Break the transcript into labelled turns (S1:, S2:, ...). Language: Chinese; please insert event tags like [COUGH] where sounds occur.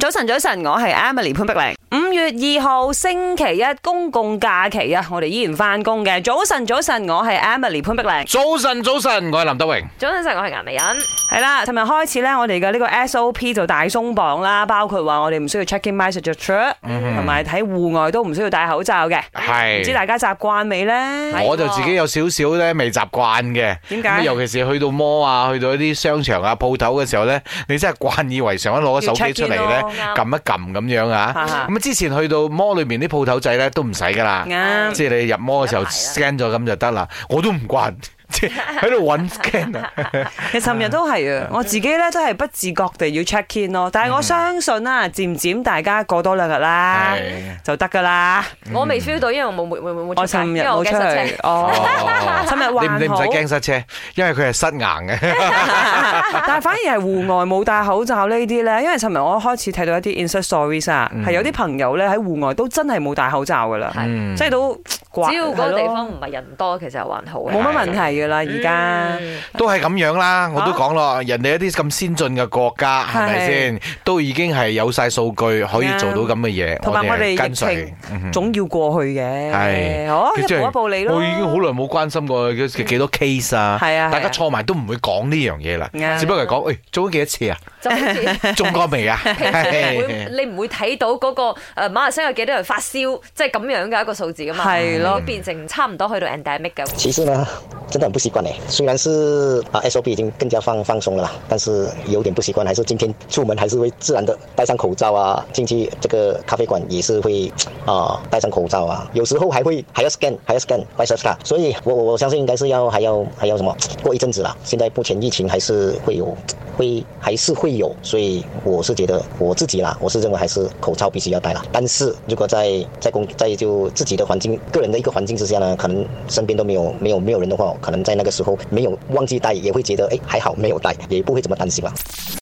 S1: 早晨，早晨，我係 Emily 潘碧玲。五月二號星期一公共假期啊，我哋依然翻工嘅。早晨，早晨，我係 Emily 潘碧玲。
S2: 早晨，早晨，我系林德荣。
S3: 早晨，我係顏美欣。
S1: 係啦，尋日開始咧，我哋嘅呢個 SOP 就大鬆綁啦，包括話我哋唔需要 check in my signature，同
S2: 嗯
S1: 埋喺戶外都唔需要戴口罩嘅。唔知
S2: 系，
S1: 大家習慣未呢？
S3: 係
S2: 我就自己有少少咧未習慣嘅。
S1: 點
S2: 咁
S1: 解？
S2: 尤其是去到摩啊，去到一啲商場啊、鋪頭嘅時候咧，你真係慣以為常，一攞個手機出嚟
S1: 要
S2: 咧
S1: check，
S3: in 咯
S2: 撳一撳咁樣啊。
S1: 哈哈
S2: 咁之前去到摩裏面啲鋪頭仔咧都唔使噶啦，
S1: 啱。
S2: 即係你入摩嘅時候
S3: 一排啦
S2: scan 咗咁就得啦。我都唔慣，即係喺度揾 scan 啊。
S1: 其實尋日都係
S2: 嗯
S1: 啊，我自己咧都係不自覺地要 check in 咯，但係我相信啦，漸漸大家過多兩日啦
S2: 係
S1: 就得噶啦。
S3: 我
S1: 嗯
S3: 未 feel 到，因為我冇冇冇冇
S1: 我
S3: 出街
S1: 尋日
S3: 因為
S1: 冇
S3: 我
S1: 出
S3: 驚塞
S1: 去
S3: 車。，
S1: 哦，
S2: 哦
S1: 尋日
S2: 你唔你
S1: 還
S2: 唔
S1: 好，
S2: 使驚塞車，因為佢係塞硬嘅。
S1: [LAUGHS] 但係反而係戶外冇戴口罩呢啲咧，因為尋日我開始睇到一啲 Insta Stories 啊，係有啲朋友咧喺戶外都真係冇戴口罩噶啦，
S2: 嗯啊
S1: 即係都
S3: 只要嗰個地方
S1: 係
S3: 唔係人多，其實還好
S1: 咯
S3: 嘅。
S1: 冇乜問題噶啦，而家
S3: 嗯
S2: 都係咁樣啦，我都講咯，人哋一啲咁先進嘅國家，
S1: 係
S2: 係咪先？都已經係有晒數據可以做到咁嘅嘢，
S1: 同埋我哋
S2: 係
S1: 疫
S2: 跟嗯隨
S1: 情。總要過去嘅，
S2: 係
S1: 哦，
S2: 佢
S1: 一
S2: 真係
S1: 步一步嚟咯。嗯
S2: 我已經好耐冇關心過佢幾多 case 啊，
S1: 係啊係啊
S2: 大家坐埋都唔會講呢樣嘢啦，
S1: 啱
S2: 只不過係講，喂，做咗幾多
S1: [LAUGHS]
S2: 次啊？
S3: 就好似
S2: 中過未啊？
S3: 平時你唔
S2: 係
S3: 會你唔會睇到嗰個誒馬來西亞有幾多人發燒，即係咁樣嘅一個數字噶嘛。
S1: 係咯
S3: 已經變成差唔多去到 endemic 嘅。
S4: 其实呢，真的很不习惯哎。虽然是啊 SOP 已经更加放放松了啦，但是有点不习惯，还是今天出门还是会自然的戴上口罩啊，进去这个咖啡馆也是会啊戴上口罩啊，有时候还会还要 scan 还要 scan v i s a 卡，所以我我我相信应该是要还要还要什么过一阵子啊啦。现在目前疫情还是会有会还是会有，所以我是觉得我自己啦，我是认为还是口罩必须要戴啦。但是如果在在工在就自己的环境、个人的一个环境之下呢，可能身边都没有没有没有人的话，可能在那个时候没有忘记戴，也会觉得哎还好没有戴，也不会怎么担心吧。